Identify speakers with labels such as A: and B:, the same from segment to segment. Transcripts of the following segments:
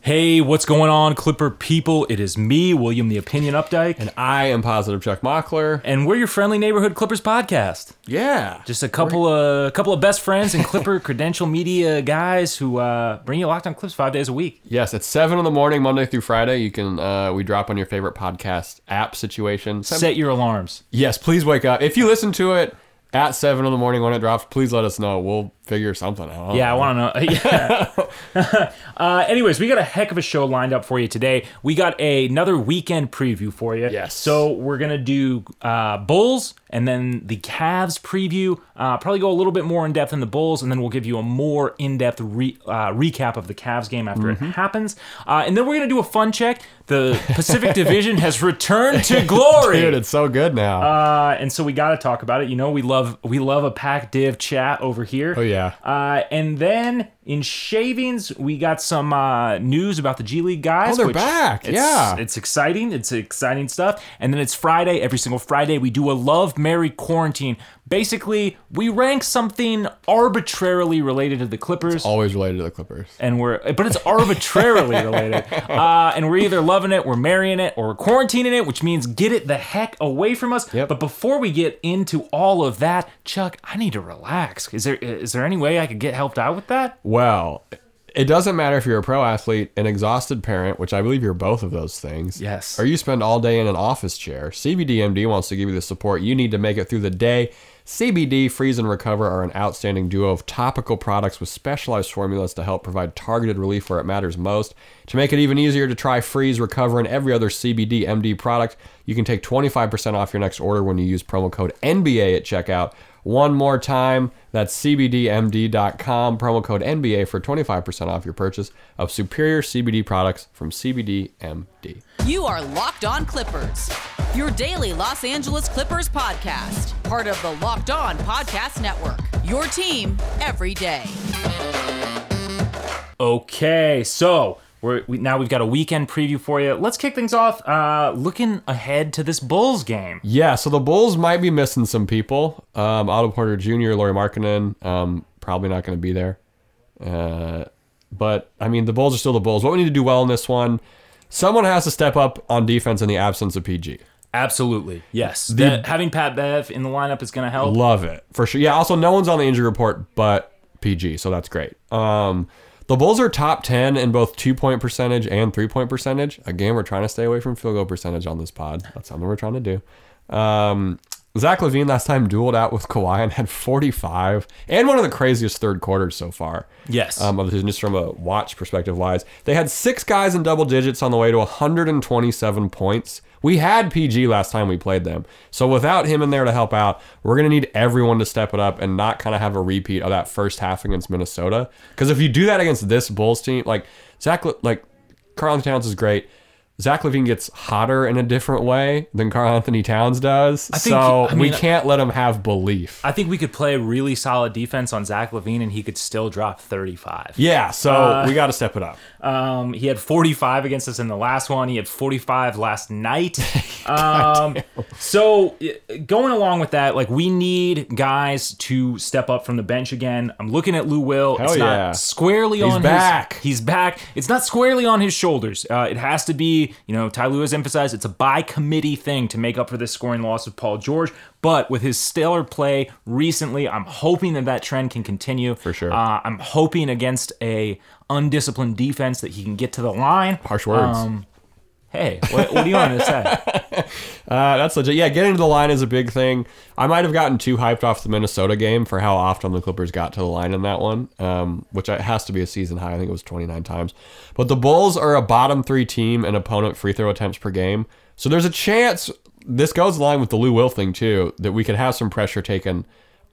A: Hey, what's going on, Clipper people? It is me, William the Opinion Updike,
B: And I am positive Chuck Mockler.
A: and we're your friendly neighborhood Clippers podcast.
B: Yeah.
A: Just a couple of a couple of best friends and Clipper credential media guys who uh, bring you locked on clips five days a week.
B: yes, at seven in the morning, Monday through Friday, you can uh, we drop on your favorite podcast app situation. Some-
A: Set your alarms.
B: yes, please wake up. If you listen to it at seven in the morning when it drops, please let us know. We'll figure something out.
A: Yeah, I want to know. Yeah. uh, anyways, we got a heck of a show lined up for you today. We got a- another weekend preview for you.
B: Yes.
A: So we're gonna do uh, Bulls and then the Cavs preview. Uh, probably go a little bit more in depth in the Bulls, and then we'll give you a more in depth re- uh, recap of the Cavs game after
B: Mm-hmm.
A: it happens. Uh, and then we're gonna do a fun check. The Pacific Division has returned to glory.
B: Dude, it's so good now.
A: Uh, and so we got to talk about it. You know, we love we love a pack div chat over here.
B: Oh, yeah.
A: Uh, and then in shavings, we got some uh, news about the G League guys.
B: Oh, they're
A: which
B: back.
A: It's,
B: Yeah.
A: it's exciting. It's exciting stuff. And then it's Friday. Every single Friday, we do a love, Mary quarantine. Basically, we rank something arbitrarily related to the Clippers
B: Always related to the Clippers.
A: and we're but it's arbitrarily related uh, and we're either loving it we're marrying it or we're quarantining it which means get it the heck away from us
B: Yep.
A: but before we get into all of that chuck i need to relax is there is there any way i could get helped out with that
B: Well, it doesn't matter if you're a pro athlete, an exhausted parent, which I believe you're both of those things.
A: Yes.
B: Or you spend all day in an office chair. CBDMD wants to give you the support you need to make it through the day. CBD Freeze and Recover are an outstanding duo of topical products with specialized formulas to help provide targeted relief where it matters most. To make it even easier to try Freeze, Recover, and every other CBDMD product, you can take 25% off your next order when you use promo code NBA at checkout. One more time, that's CBDMD.com, promo code NBA for 25% off your purchase of superior CBD products from CBDMD.
C: You are Locked On Clippers, your daily Los Angeles Clippers podcast, part of the Locked On Podcast Network. Your team every day.
A: okay so we're, we, now we've got a weekend preview for you let's kick things off uh, looking ahead to this bulls game
B: Yeah, so the Bulls might be missing some people. Um, Otto Porter Jr., Laurie Markkinen, um, probably not going to be there. Uh, but, I mean, the Bulls are still the Bulls. What we need to do well in this one, someone has to step up on defense in the absence of PG.
A: absolutely yes That- having pat bev in the lineup is going to help
B: Love it for sure. Yeah. Also, no one's on the injury report but PG, so that's great. Um, the Bulls are top ten in both two point percentage and three point percentage. Again, we're trying to stay away from field goal percentage on this pod. That's something we're trying to do. Um, Zach Levine last time dueled out with Kawhi and had 45 and one of the craziest third quarters so far.
A: Yes.
B: Um, of just from a watch perspective wise, they had six guys in double digits on the way to 127 points. We had PG last time we played them. So without him in there to help out, we're going to need everyone to step it up and not kind of have a repeat of that first half against Minnesota. Because if you do that against this Bulls team, like Zach, Le- like Carl Anthony Towns is great. Zach Levine gets hotter in a different way than Carl Anthony Towns does.
A: think-
B: so
A: I
B: we
A: mean-
B: can't let him have belief.
A: I think we could play really solid defense on Zach Levine, and he could still drop 35.
B: yeah, so
A: Uh,
B: we got to step it up.
A: Um, he had 45 against us in the last one. He had 45 last night. Um, so i- going along with that, like we need guys to step up from the bench again. I'm looking at Lou Will. it's
B: Hell yeah.
A: not squarely
B: He's
A: on
B: back.
A: his he's back. It's not squarely on his shoulders. Uh, it has to be, you know, Ty Lue has emphasized it's a by committee thing to make up for this scoring loss of Paul George. But with his stellar play recently, I'm hoping that that trend can continue. For
B: sure.
A: Uh, I'm hoping against a undisciplined defense that he can get to the line. Um,
B: Harsh words.
A: Hey, what, what do you want to say?
B: Uh, that's legit. Yeah, getting to the line is a big thing. I might have gotten too hyped off the Minnesota game for how often the Clippers got to the line in that one, um, which I- has to be a season high. I think it was 29 times. But the Bulls are a bottom three team in opponent free throw attempts per game. So there's a chance this goes along with the Lou Will thing, too, that we could have some pressure taken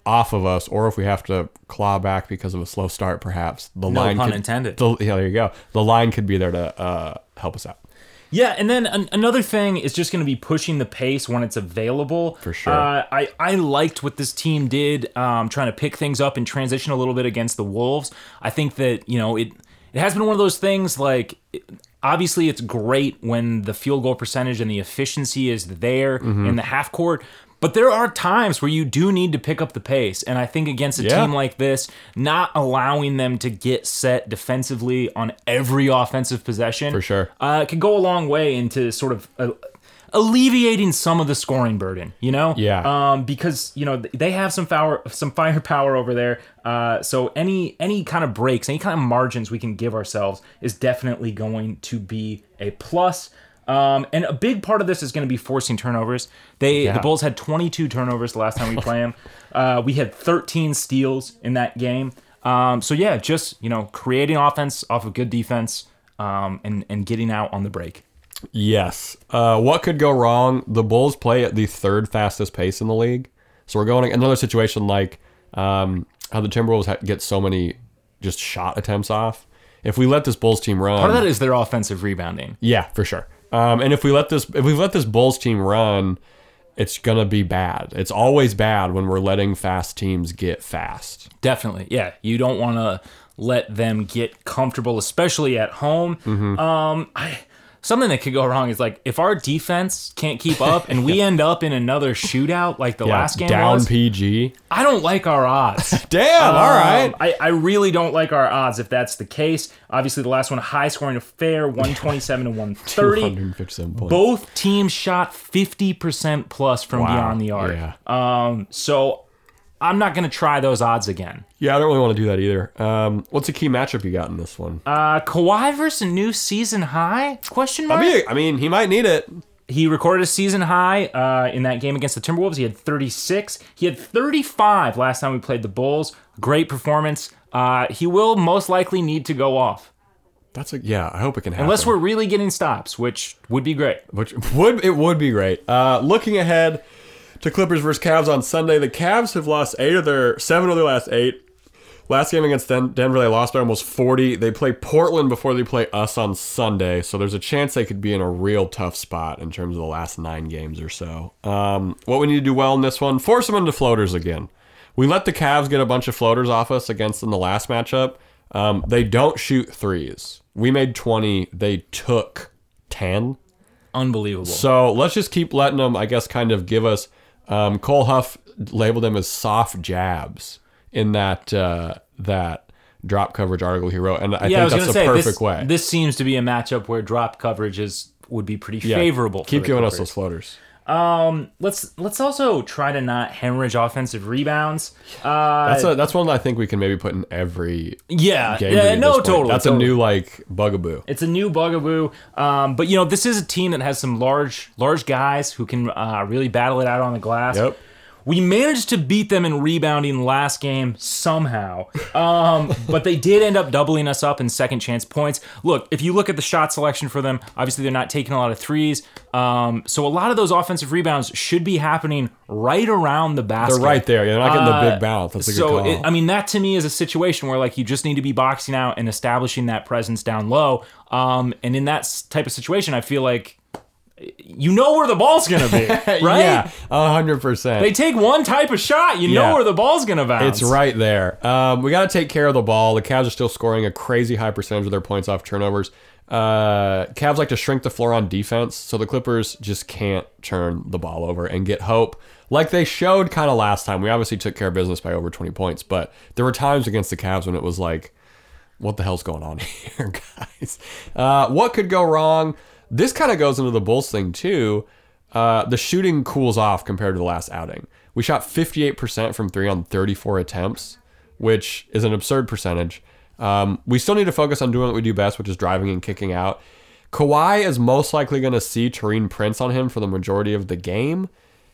B: off of us, or if we have to claw back because of a slow start, perhaps. The
A: No
B: line
A: pun
B: could,
A: intended.
B: The, yeah, there you go. The line could be there to uh, help us out.
A: Yeah, and then an- another thing is just going to be pushing the pace when it's available. For
B: sure.
A: Uh, I I liked what this team did, um, trying to pick things up and transition a little bit against the Wolves. I think that you know it it has been one of those things like. It, Obviously,
B: Mm-hmm.
A: it's great when the field goal percentage and the efficiency is there in the half court, But there are times where you do need to pick up the pace. And I think against a
B: Yeah.
A: team like this, not allowing them to get set defensively on every offensive possession
B: For sure.
A: uh, could go a long way into sort of. Uh, alleviating some of the scoring burden you know
B: Yeah.
A: um because you know th- they have some power some firepower over there uh so any any kind of breaks any kind of margins we can give ourselves is definitely going to be a plus um and a big part of this is going to be forcing turnovers they
B: Yeah.
A: the bulls had 22 turnovers the last time we played them uh we had 13 steals in that game um so yeah just you know creating offense off of good defense um and and getting out on the break
B: Yes. Uh, what could go wrong? The Bulls play at the third fastest pace in the league. So we're going another situation like um, how the Timberwolves ha- get so many just shot attempts off. If we let this Bulls team run,
A: part of that is their offensive rebounding
B: yeah, for sure. Um, and if we let this if we let this Bulls team run, it's gonna be bad. It's always bad when we're letting fast teams get fast.
A: Definitely. Yeah. You don't want to let them get comfortable, especially at home.
B: Mm-hmm.
A: Um, I, something that could go wrong is like if our defense can't keep up and we end up in another shootout like the
B: Yeah,
A: last game
B: down
A: was,
B: PG.
A: I don't like our odds.
B: Damn. all right.
A: Um, I, I really don't like our odds if that's the case. Obviously, the last one, high scoring affair, 127 to 130.
B: 257 points.
A: Both teams shot 50% plus from
B: Wow,
A: beyond the arc.
B: yeah.
A: Um, so I'm not going to try those odds again.
B: Yeah, I don't really want to do that either. Um, what's a key matchup you got in this one?
A: Uh, Kawhi versus a new season high? Question mark.
B: I mean, I mean, he might need it.
A: he recorded a season high uh, in that game against the Timberwolves. He had 36. He had 35 last time we played the Bulls. Great performance. Uh, he will most likely need to go off
B: That's a yeah. I hope it can happen.
A: unless we're really getting stops, which would be great.
B: which would it would be great. Uh, looking ahead to Clippers versus Cavs on Sunday, the Cavs have lost eight of their seven of their last eight. Last game against Den- Denver, they lost by almost forty. They play Portland before they play us on Sunday, so there's a chance they could be in a real tough spot in terms of the last nine games or so. Um, what we need to do well in this one: force them into floaters again. We let the Cavs get a bunch of floaters off us against in the last matchup. Um, they don't shoot threes. We made twenty. They took ten.
A: Unbelievable.
B: So let's just keep letting them, I guess, kind of give us. Um, Cole Huff labeled them as soft jabs in that uh, that drop coverage article he wrote, and I
A: yeah, I was
B: think
A: going to
B: that's
A: say
B: the perfect
A: this,
B: way.
A: this seems to be a matchup where drop coverage is would be pretty
B: Yeah,
A: favorable. for
B: Keep
A: the
B: giving us
A: Clippers.
B: those floaters.
A: Let's let's also try to not hemorrhage offensive rebounds.
B: That's a, that's one I think we can maybe put in every
A: Uh, Yeah,
B: game.
A: yeah,
B: at this
A: no,
B: point.
A: totally.
B: That's
A: totally.
B: a new like bugaboo.
A: It's a new bugaboo, um, but you know this is a team that has some large, large guys who can uh, really battle it out on the glass.
B: Yep.
A: We managed to beat them in rebounding last game somehow, um, but they did end up doubling us up in second chance points. Look, if you look at the shot selection for them, obviously they're not taking a lot of threes, um, so a lot of those offensive rebounds should be happening right around the basket.
B: They're right there. You're not getting the
A: Uh,
B: big bounce. That's a good
A: so
B: call.
A: it- I mean, that to me is a situation where like you just need to be boxing out and establishing that presence down low. Um, and in that s- type of situation, I feel like you know where the ball's gonna be, right?
B: Yeah, hundred percent.
A: They take one type of shot, you
B: Yeah.
A: know where the ball's gonna bounce.
B: It's right there. Um, we got to take care of the ball. The Cavs are still scoring a crazy high percentage of their points off turnovers. Uh, Cavs like to shrink the floor on defense, so the Clippers just can't turn the ball over and get hope like they showed kind of last time. We obviously took care of business by over 20 points, but there were times against the Cavs when it was like, what the hell's going on here, guys? Uh, what could go wrong? This kind of goes into the Bulls thing too. Uh, the shooting cools off compared to the last outing. We shot 58% from three on 34 attempts, which is an absurd percentage. Um, we still need to focus on doing what we do best, which is driving and kicking out. Kawhi is most likely going to see Tareen Prince on him for the majority of the game.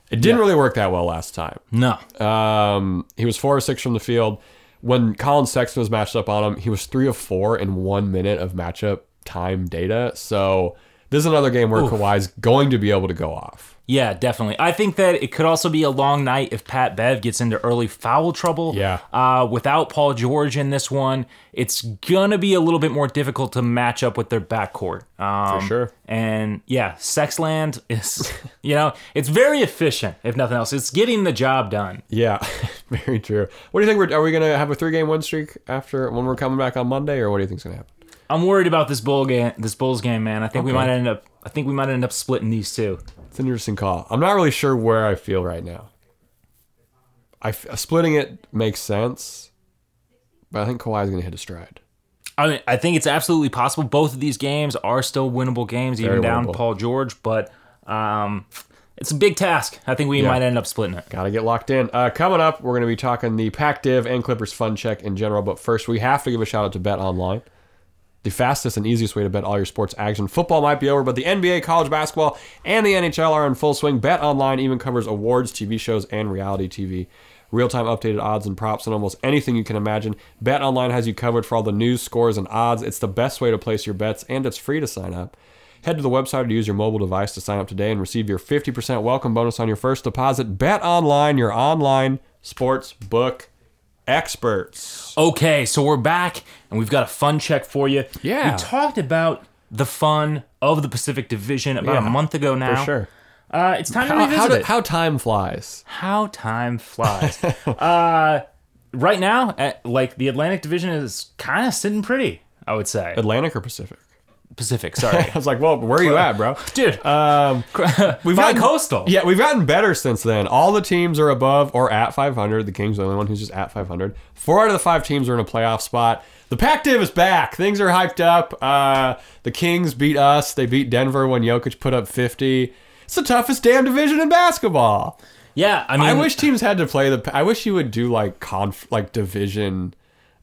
B: It didn't really work that well last time.
A: No,
B: Um, he was four or six from the field. When Colin Sexton was matched up on him, he was three of four in one minute of matchup time data. So this is another game where Kawhi's going to be able to go off.
A: yeah, definitely. I think that it could also be a long night if Pat Bev gets into early foul trouble.
B: Yeah.
A: Uh, without Paul George in this one, it's gonna be a little bit more difficult to match up with their backcourt. Um,
B: sure.
A: And yeah, Sexland is, you know, it's very efficient. If nothing else, it's getting the job done.
B: Yeah, very true. What do you think? We're, are we going to have a three game win streak after when we're coming back on Monday, or what do you think's going to happen?
A: I'm worried about this bull game. This Bulls game, man. I think we might end up. I think we might end up splitting these two.
B: It's an interesting call. I'm not really sure where I feel right now. I f- splitting it makes sense, but I think Kawhi's going to hit a stride.
A: I mean, I think it's absolutely possible. Both of these games are still winnable games, even
B: Very
A: down
B: winnable.
A: Paul George, but um, it's a big task. I think we might end up splitting it.
B: Got to get locked in. Uh, coming up, we're going to be talking the Pac Div and Clippers Fun Check in general. But first, we have to give a shout out to Bet Online, the fastest and easiest way to bet all your sports action. Football might be over, but the NBA, college basketball, and the NHL are in full swing. Bet Online even covers awards, TV shows, and reality TV. Real time updated odds and props and almost anything you can imagine. Bet Online has you covered for all the news, scores, and odds. It's the best way to place your bets, and it's free to sign up. Head to the website or use your mobile device to sign up today and receive your 50% welcome bonus on your first deposit. Bet online, your online sports book experts.
A: Okay, so we're back and we've got a fun check for you.
B: Yeah.
A: We talked about the fun of the Pacific Division about
B: Yeah,
A: a month ago now. Uh, it's time to
B: How,
A: revisit
B: how,
A: it.
B: do- how time flies.
A: How time flies. uh, right now, at, like the Atlantic Division is kind of sitting pretty, I would say.
B: Atlantic or Pacific?
A: Uh, Pacific, sorry.
B: I was like, well, where are you at, bro?
A: Dude,
B: Um,
A: we've
B: got
A: got coastal.
B: Yeah, we've gotten better since then. All the teams are above or at 500. The Kings are the only one who's just at 500. Four out of the five teams are in a playoff spot. The Pac Div is back. Things are hyped up. Uh, the Kings beat us. They beat Denver when Jokic put up 50. It's the toughest damn division in basketball.
A: Yeah, I mean,
B: I wish teams had to play the. I wish you would do like conf like division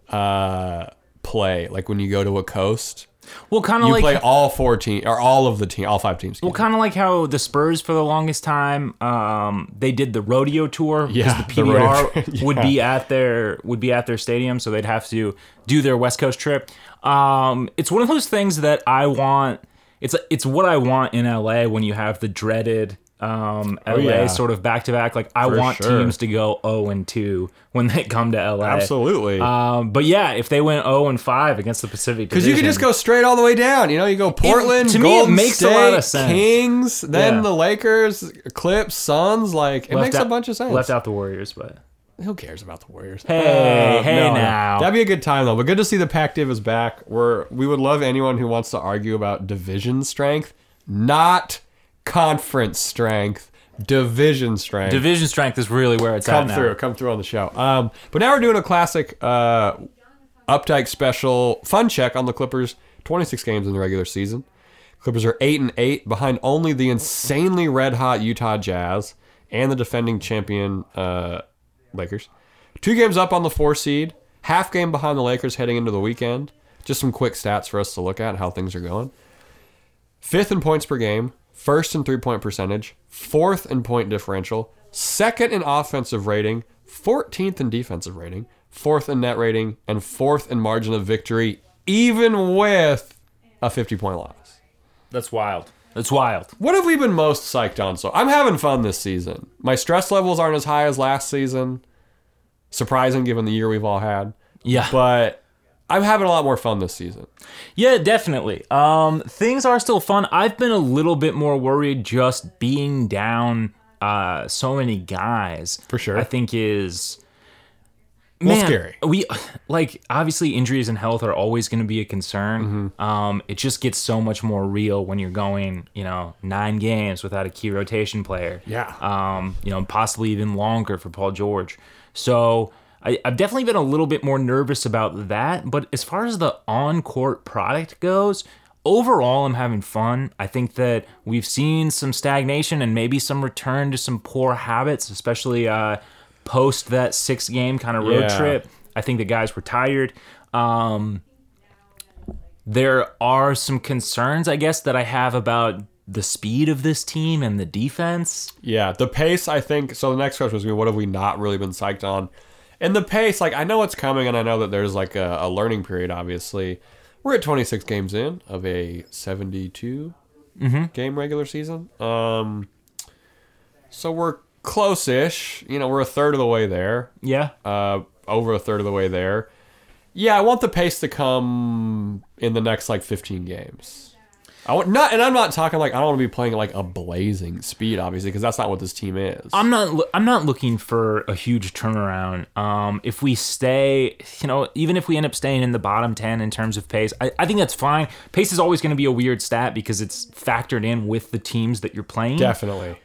B: uh, play. Like when you go to a coast,
A: well, kind of
B: you
A: like
B: play all four teams or all of the team, all five teams.
A: Well, kind of like how the Spurs for the longest time, um, they did the rodeo tour because
B: Yeah,
A: the
B: the rodeo
A: PBR
B: tour, yeah.
A: would be at their would be at their stadium, so they'd have to do their West Coast trip. Um, it's one of those things that I want. It's it's what I want in LA when you have the dreaded um, LA
B: Oh, yeah.
A: sort of back to back. Like I want
B: sure.
A: teams to go zero and two when they come to LA.
B: Absolutely.
A: Um, but yeah, if they went zero and five against the Pacific,
B: Because you can just go straight all the way down. You know, you go Portland,
A: to me, it
B: Golden
A: makes a
B: State,
A: lot of sense.
B: Kings, then
A: Yeah.
B: the Lakers, Clips, Suns. Like it makes a bunch of sense. Uh,
A: Left out the Warriors, but.
B: Who cares about the Warriors?
A: Hey, hey now.
B: That'd be a good time though. But good to see the Pac Div is back. We're we would love anyone who wants to argue about division strength, not conference strength, division strength.
A: Division strength is really where it's
B: come
A: at
B: through,
A: now.
B: come through on the show. Um, but now we're doing a classic uh, Updike special fun check on the Clippers. 26 games in the regular season. Clippers are eight and eight behind only the insanely red hot Utah Jazz and the defending champion uh, Lakers. Two games up on the four seed, half game behind the Lakers heading into the weekend. Just some quick stats for us to look at how things are going. Fifth in points per game, first in three point percentage, fourth in point differential, second in offensive rating, 14th in defensive rating, fourth in net rating, and fourth in margin of victory, even with a 50 point loss.
A: That's wild. That's wild.
B: What have we been most psyched on? So I'm having fun this season. My stress levels aren't as high as last season. Surprising given the year we've all had.
A: Yeah.
B: But I'm having a lot more fun this season.
A: Yeah, definitely. Um, things are still fun. I've been a little bit more worried just being down uh, so many guys.
B: For sure.
A: I think is
B: little
A: Man,
B: scary.
A: We like obviously injuries and health are always going to be a concern. Um, it just gets so much more real when you're going, you know, nine games without a key rotation player.
B: Yeah.
A: Um, you know, possibly even longer for Paul George. So I, I've definitely been a little bit more nervous about that. But as far as the on court product goes. Overall, I'm having fun. I think that we've seen some stagnation and maybe some return to some poor habits, especially uh, post that six game kind of road
B: Yeah.
A: trip. I think the guys were tired. Um, there are some concerns, I guess, that I have about the speed of this team and the defense.
B: Yeah, the pace. I think so. The next question was gonna be, what have we not really been psyched on? And the pace, like I know it's coming, and I know that there's like a, a learning period. Obviously, we're at 26 games in of a 72 game regular season. Um, so we're close-ish. You know, we're a third of the way there
A: Yeah.
B: uh, over a third of the way there. Yeah, I want the pace to come in the next like 15 games. I want not, and I'm not talking like I don't want to be playing like a blazing speed, obviously, because that's not what this team is.
A: I'm not. loo- I'm not looking for a huge turnaround. Um, if we stay, you know, even if we end up staying in the bottom ten in terms of pace, I, I think that's fine. Pace is always going to be a weird stat because it's factored in with the teams that you're playing.
B: Definitely.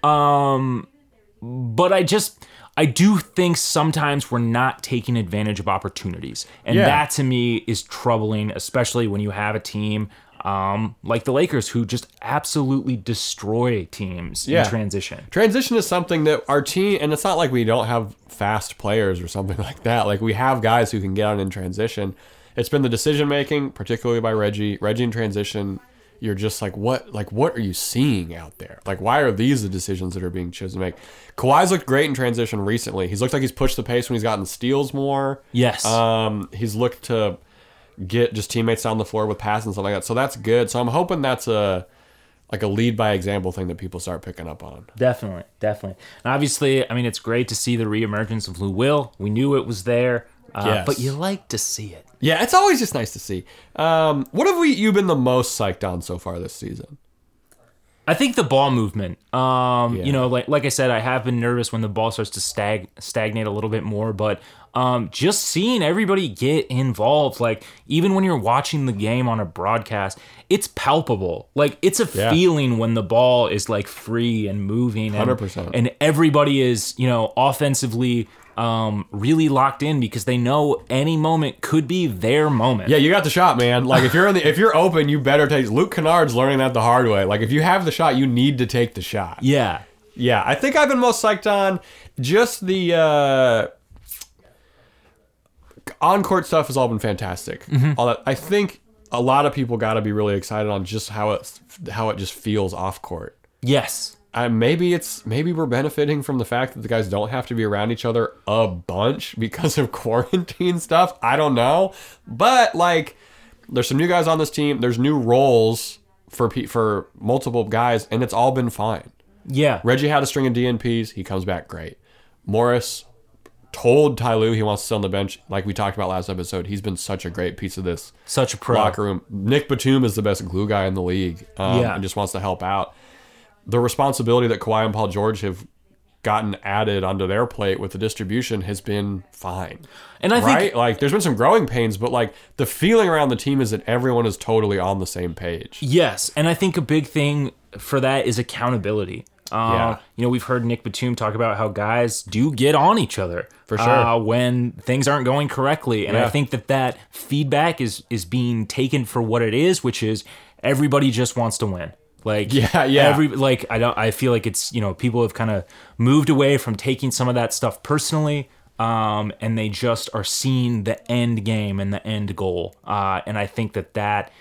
A: But I just, I do think sometimes we're not taking advantage of opportunities, and
B: Yeah.
A: that to me is troubling, especially when you have a team. Um, like the Lakers, who just absolutely destroy teams
B: Yeah.
A: in transition.
B: Transition is something that our team, and it's not like we don't have fast players or something like that. Like we have guys who can get on in transition. It's been the decision making, particularly by Reggie. Reggie in transition, you're just like, what? Like what are you seeing out there? Like why are these the decisions that are being chosen to make? Kawhi's looked great in transition recently. He's looked like he's pushed the pace when he's gotten steals more.
A: Yes.
B: Um, he's looked to get just teammates down the floor with passes and stuff like that. So that's good. So I'm hoping that's a like a lead by example thing that people start picking up on.
A: Definitely, definitely. And obviously, I mean, it's great to see the reemergence of Lou Will. We knew it was there, uh,
B: Yes.
A: but you like to see it.
B: Yeah, it's always just nice to see. Um, what have we you been the most psyched on so far this season?
A: I think the ball movement. Um,
B: Yeah.
A: You know, like like I said, I have been nervous when the ball starts to stag stagnate a little bit more, but um, just seeing everybody get involved, like even when you're watching the game on a broadcast, it's palpable. Like it's a
B: Yeah.
A: feeling when the ball is like free and moving, and,
B: 100%.
A: and everybody is you know offensively. Um, really locked in because they know any moment could be their moment.
B: Yeah, you got the shot, man. Like if you're in the if you're open, you better take Luke Kennard's learning that the hard way. Like if you have the shot, you need to take the shot.
A: yeah,
B: Yeah, I think I've been most psyched on just the uh, on court stuff has all been fantastic. All that I think a lot of people got to be really excited on just how it how it just feels off court.
A: yes.
B: I, maybe it's maybe we're benefiting from the fact that the guys don't have to be around each other a bunch because of quarantine stuff. I don't know, but like, there's some new guys on this team. There's new roles for pe- for multiple guys, and it's all been fine.
A: Yeah.
B: Reggie had a string of DNPs. He comes back great. Morris told Ty Lue he wants to sit on the bench, like we talked about last episode. He's been such a great piece of this
A: Such a pro.
B: locker room. Nick Batum is the best glue guy in the league um,
A: Yeah.
B: and just wants to help out. The responsibility that Kawhi and Paul George have gotten added onto their plate with the distribution has been fine.
A: And I think
B: right? like there's been some growing pains, but like the feeling around the team is that everyone is totally on the same page.
A: Yes, and I think a big thing for that is accountability. Uh,
B: Yeah.
A: You know, we've heard Nick Batum talk about how guys do get on each other
B: For sure.
A: uh, when things aren't going correctly, and
B: Yeah.
A: I think that that feedback is is being taken for what it is, which is everybody just wants to win. Like
B: Yeah, yeah.
A: Every like I don't. I feel like it's you know people have kind of moved away from taking some of that stuff personally. Um, and they just are seeing the end game and the end goal. Uh, and I think that that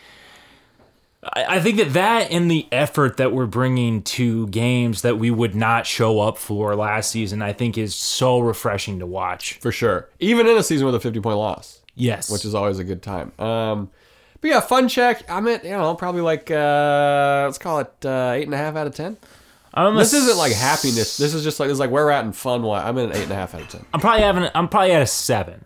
A: I I think that that and the effort that we're bringing to games that we would not show up for last season, I think is so refreshing to watch.
B: For sure. Even in a season with a 50 point loss.
A: Yes.
B: which is always a good time. Um, but yeah, fun check. I'm at you know probably like uh, let's call it uh, eight and a half out of ten.
A: I'm a
B: This isn't
A: s-
B: like happiness. This is just like this is like where we're at in fun. Why I'm at an eight and a half out of ten.
A: I'm probably having I'm probably at a seven.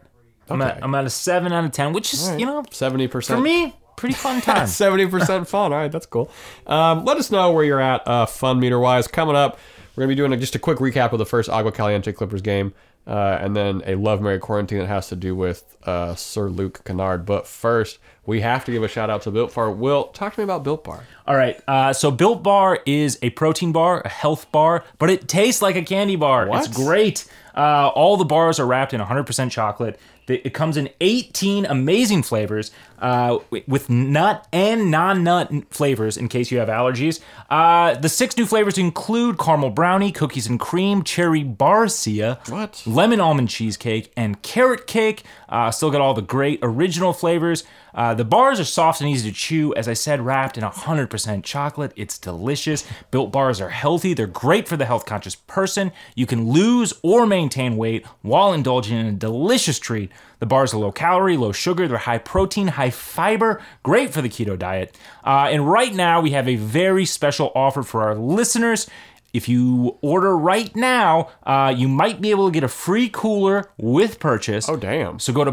A: I'm
B: Okay.
A: at I'm at a seven out of ten, which is you know
B: Seventy
A: for
B: percent
A: me pretty fun time.
B: Seventy percent fun. All right, that's cool. Um, let us know where you're at, uh, fun meter wise. Coming up, we're gonna be doing a, just a quick recap of the first Agua Caliente Clippers game, uh, and then a love Mary quarantine that has to do with uh, Sir Luke Kennard. But first, we have to give a shout out to Built Bar. Will, talk to me about Built Bar.
A: All right. Uh, so Built Bar is a protein bar, a health bar, but it tastes like a candy bar.
B: What?
A: It's great. Uh, all the bars are wrapped in 100% chocolate. Th- It comes in 18 amazing flavors uh, wi- with nut and non nut flavors in case you have allergies. Uh, the six new flavors include caramel brownie, cookies and cream, cherry barcia,
B: What?
A: lemon almond cheesecake and carrot cake. Uh, still got all the great original flavors. Uh, the bars are soft and easy to chew. As I said, wrapped in 100% chocolate. It's delicious. Built bars are healthy. They're great for the health conscious person. You can lose or maintain weight while indulging in a delicious treat. The bars are low calorie, low sugar, they're high protein, high fiber, great for the keto diet. Uh, and right now, we have a very special offer for our listeners. If you order right now, uh, you might be able to get a free cooler with purchase.
B: Oh, damn.
A: So go to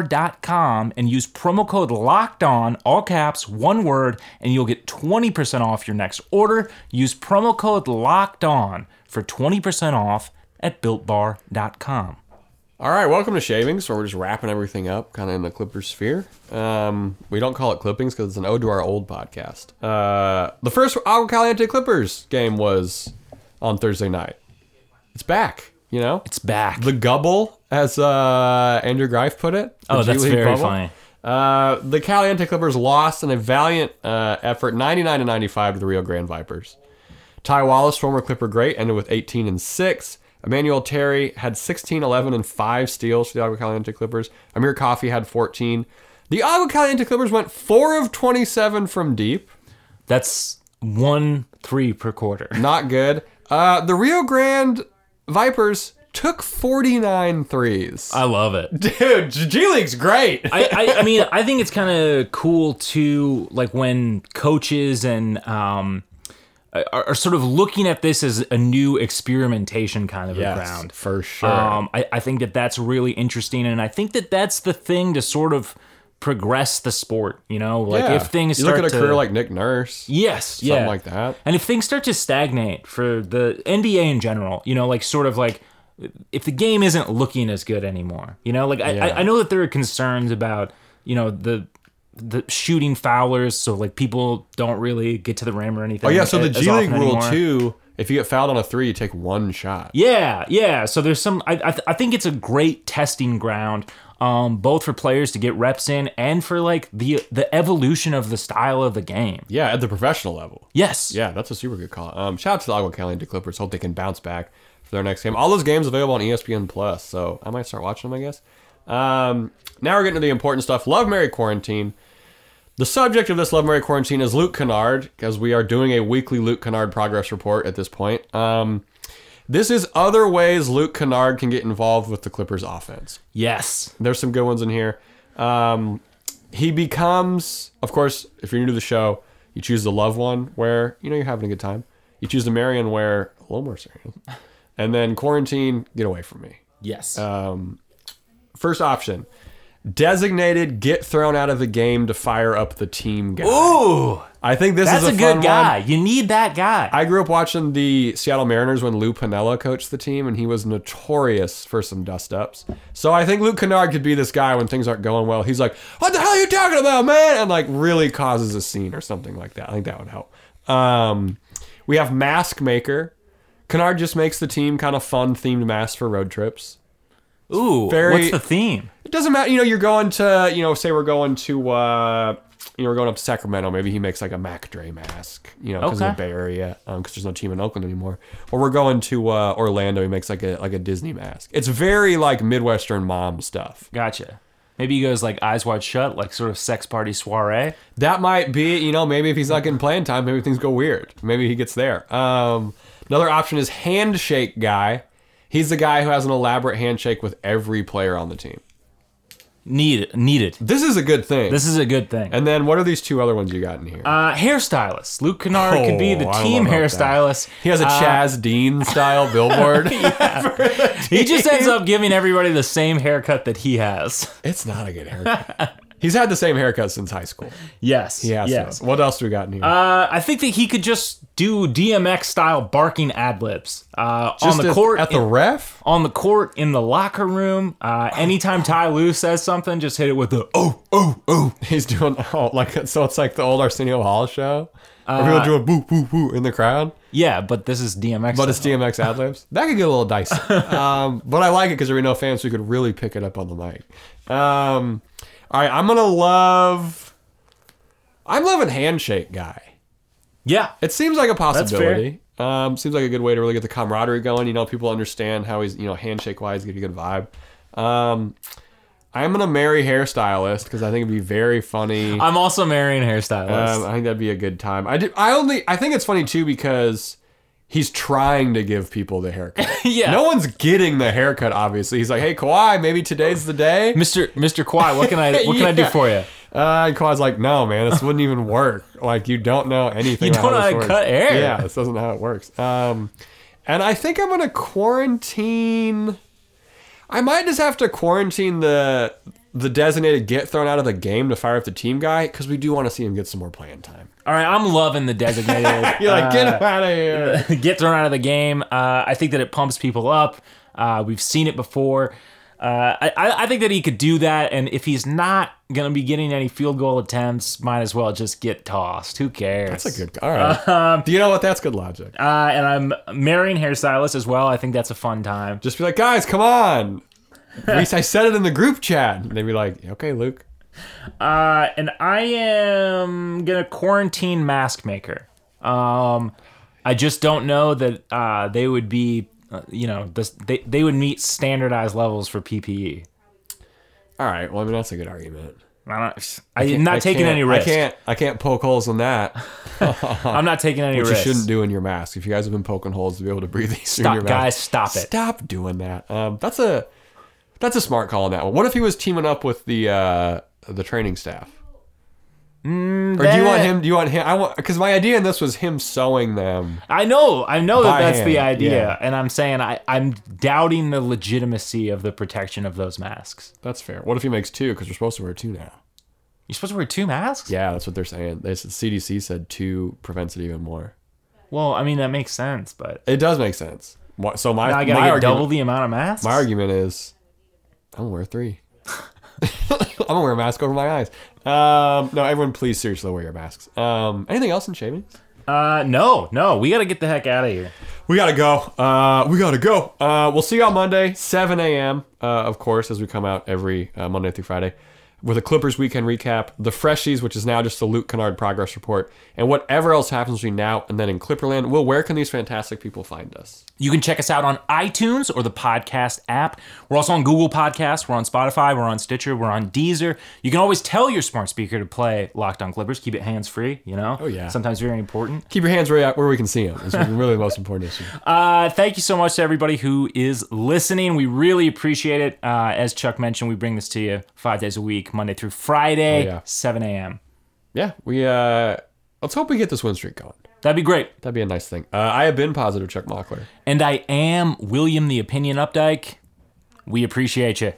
A: builtbar.com and use promo code locked on, all caps, one word, and you'll get 20% off your next order. Use promo code locked on for 20% off at builtbar.com.
B: All right, welcome to Shavings, where we're just wrapping everything up, kind of in the Clippers sphere. Um, we don't call it clippings because it's an ode to our old podcast. Uh, the first Agua Caliente Clippers game was on Thursday night. It's back, you know.
A: It's back.
B: the gubble, as uh, Andrew Greif put it. The
A: Oh, that's
B: League
A: very funny.
B: Uh, the Caliente Clippers lost in a valiant uh, effort, 99 to 95, to the Rio Grande Vipers. Ty Wallace, former Clipper great, ended with 18 and 6. Emmanuel Terry had 16, 11, and 5 steals for the Agua Caliente Clippers. Amir Coffey had 14. The Agua Caliente Clippers went 4 of 27 from deep.
A: That's one three per quarter.
B: Not good. Uh, the Rio Grande Vipers took 49 threes.
A: I love it.
B: Dude, G League's great.
A: I, I, I mean, I think it's kind of cool too, like when coaches and um, are, are sort of looking at this as a new experimentation kind of a ground.
B: for sure.
A: Um, I, I think that that's really interesting, and I think that that's the thing to sort of progress the sport. You know, like
B: Yeah.
A: if things
B: you
A: start
B: look at a
A: to,
B: career like Nick Nurse,
A: yes,
B: something
A: yeah.
B: like that.
A: And if things start to stagnate for the NBA in general, you know, like sort of like if the game isn't looking as good anymore, you know, like I,
B: Yeah.
A: I, I know that there are concerns about, you know, the the shooting foulers, so like people don't really get to the rim or anything.
B: Oh yeah, so the
A: as
B: G
A: often
B: League rule
A: anymore.
B: too. If you get fouled on a three, you take one shot.
A: Yeah, yeah. So there's some. I I, th- I think it's a great testing ground, um, both for players to get reps in and for like the the evolution of the style of the game.
B: Yeah, at the professional level.
A: Yes.
B: Yeah, that's a super good call. Um, shout out to the Agua Caliente Clippers. Hope they can bounce back for their next game. All those games available on E ESPN Plus, so I might start watching them. I guess. Um, now we're getting to the important stuff. Love, Mary quarantine. The subject of this Love, Mary quarantine is Luke Kennard, because we are doing a weekly Luke Kennard progress report at this point. Um, this is other ways Luke Kennard can get involved with the Clippers offense.
A: Yes.
B: There's some good ones in here. Um, he becomes, of course, if you're new to the show, you choose the love one where you know you're having a good time. You choose the Marion where a little more serious, and then quarantine. Get away from me.
A: Yes.
B: Uh, First option, designated. Get thrown out of the game to fire up the team guy.
A: Ooh.
B: I think this
A: That's
B: is
A: a,
B: a, fun
A: good guy.
B: One.
A: You need that guy.
B: I grew up watching the Seattle Mariners when Lou Pinella coached the team, and he was notorious for some dust ups. So I think Luke Kennard could be this guy when things aren't going well. He's like, "What the hell are you talking about, man?" and like really causes a scene or something like that. I think that would help. Um, we have Mask Maker. Kennard just makes the team kind of fun themed masks for road trips.
A: Ooh,
B: very-
A: what's the theme?
B: It doesn't matter. You know, you're going to, you know, say we're going to, uh, you know, we're going up to Sacramento. Maybe he makes like a Mac Dre mask, you know, because of
A: Okay.
B: the Bay Area, because there's no team in Oakland anymore. Or we're going to uh, Orlando. He makes like a like a Disney mask. It's very like Midwestern mom stuff.
A: Gotcha. Maybe he goes like eyes wide shut, like sort of sex party soiree.
B: That might be, you know, maybe if he's not getting playing time, maybe things go weird. Maybe he gets there. Um, another option is handshake guy. He's the guy who has an elaborate handshake with every player on the team.
A: Need needed.
B: This is a good thing.
A: This is a good thing.
B: and then what are these two other ones you got in here?
A: Uh, hairstylist. Luke Kennard could be the
B: Oh, I don't
A: team
B: know about
A: hairstylist.
B: He has a
A: Uh,
B: Chaz Dean style billboard.
A: He just ends up giving everybody the same haircut that he has.
B: It's not a good haircut. He's had the same haircut since high school.
A: Yes.
B: He has to.
A: Yes.
B: What else do we got in here?
A: Uh, I think that he could just do DMX style barking ad libs uh, on
B: Just
A: the
B: at-
A: court
B: at the
A: in-
B: ref.
A: on the court in the locker room. Uh, anytime Ty Lue says something, just hit it with the oh oh oh.
B: He's doing oh like so. It's like the old Arsenio Hall show. where
A: Uh,
B: people doing boo boo boo in the crowd,
A: Yeah, but this is DMX.
B: but it's DMX ad libs. That could get a little dicey. um, but I like it because there were no fans who could really pick it up on the mic. Um, all right, I'm gonna love. I'm loving handshake guy.
A: yeah.
B: It seems like a
A: fair.
B: possibility. Um, seems like a good way to really get the camaraderie going. You know, people understand how he's, you know, handshake wise, get a good vibe. Um, I'm gonna marry hairstylist because I think it'd be very funny. Um,
A: I'm also marrying hairstylist.
B: I think that'd be a good time. I did. I only. I think it's funny too because he's trying to give people the haircut.
A: Yeah.
B: No one's getting the haircut, obviously. He's like, hey, Kawhi, maybe today's the day.
A: Mr. Mr. Kwai, what can I what can I do
B: Yeah.
A: for you?
B: Uh, and Kawhi's like, no, man, this wouldn't even work. Like, you don't know anything.
A: You
B: about
A: don't know
B: this
A: how to
B: works.
A: cut hair.
B: Yeah, this doesn't know how it works. Um, and I think I'm gonna quarantine. I might just have to quarantine the the designated get thrown out of the game to fire up the team guy because we do want to see him get some more playing time.
A: All right, I'm loving the designated.
B: You're like, get him out of here.
A: get thrown out of the game. Uh, I think that it pumps people up. Uh, we've seen it before. Uh, I- I, I think that he could do that, and if he's not going to be getting any field goal attempts, might as well just get tossed. Who cares?
B: That's a good. All right. Um, do you know what? That's good logic.
A: Uh, and I'm marrying hairstylist as well. I think that's a fun time.
B: Just be like, guys, come on. At least I said it in the group chat. And they'd be like, okay, Luke.
A: Uh, and I am gonna quarantine mask maker. Um, I just don't know that uh, they would be, uh, you know, this, they they would meet standardized levels for E. PPE.
B: All right. Well, I mean, that's a good argument.
A: I don't, I, am not
B: I
A: taking
B: can't-
A: any risk.
B: I can't. I can't poke holes in that.
A: I'm not taking any
B: Which
A: risk.
B: you shouldn't do in your mask. If you guys have been poking holes to be able to breathe these through
A: Stop-
B: your mask,
A: guys, stop it.
B: Stop doing that. Um, that's a that's a smart call on that one. What if he was teaming up with the uh, the training staff? or do you want
A: Mm, that-
B: him? Do you want him? I want because my idea in this was him sewing them.
A: I know, I know that
B: By
A: that's the
B: hand,
A: idea,
B: yeah.
A: and I'm saying I, I'm doubting the legitimacy of the protection of those masks.
B: That's fair. What if he makes two? Because we're supposed to wear two now.
A: You're supposed to wear two masks.
B: Yeah, that's what they're saying. They said, CDC said two prevents it even more.
A: Well, I mean that makes sense, but
B: It does make sense. Wha- So my
A: now I gotta
B: my
A: get
B: argument,
A: double the amount of masks.
B: My argument is, I'm gonna wear three. I'm gonna wear a mask over my eyes. Um, no, everyone, please seriously wear your masks. Um, anything else in shavings?
A: Uh, no, no, we gotta get the heck out of here.
B: We gotta go. Uh, we gotta go. Uh, we'll see you on Monday, 7 a.m. Uh, of course, as we come out every uh, Monday through Friday with a Clippers weekend recap, the Freshies, which is now just the Luke Kennard progress report, and whatever else happens between now and then in Clipperland. Will, where can these fantastic people find us?
A: You can check us out on iTunes or the podcast app. We're also on Google Podcasts. We're on Spotify. We're on Stitcher. We're on Deezer. You can always tell your smart speaker to play Locked On Clippers. Keep it hands free. You know. Oh
B: yeah.
A: Sometimes very important.
B: Keep your hands right out where we can see them. It's really the most important issue.
A: Uh, thank you so much to everybody who is listening. We really appreciate it. Uh, as Chuck mentioned, we bring this to you five days a week, Monday through Friday,
B: Oh, yeah.
A: 7 a.m.
B: Yeah, we uh, let's hope we get this win streak going.
A: That'd be great.
B: That'd be a nice thing. Uh, I have been positive, Chuck Mockler.
A: And I am William the Opinion Updike. We appreciate you.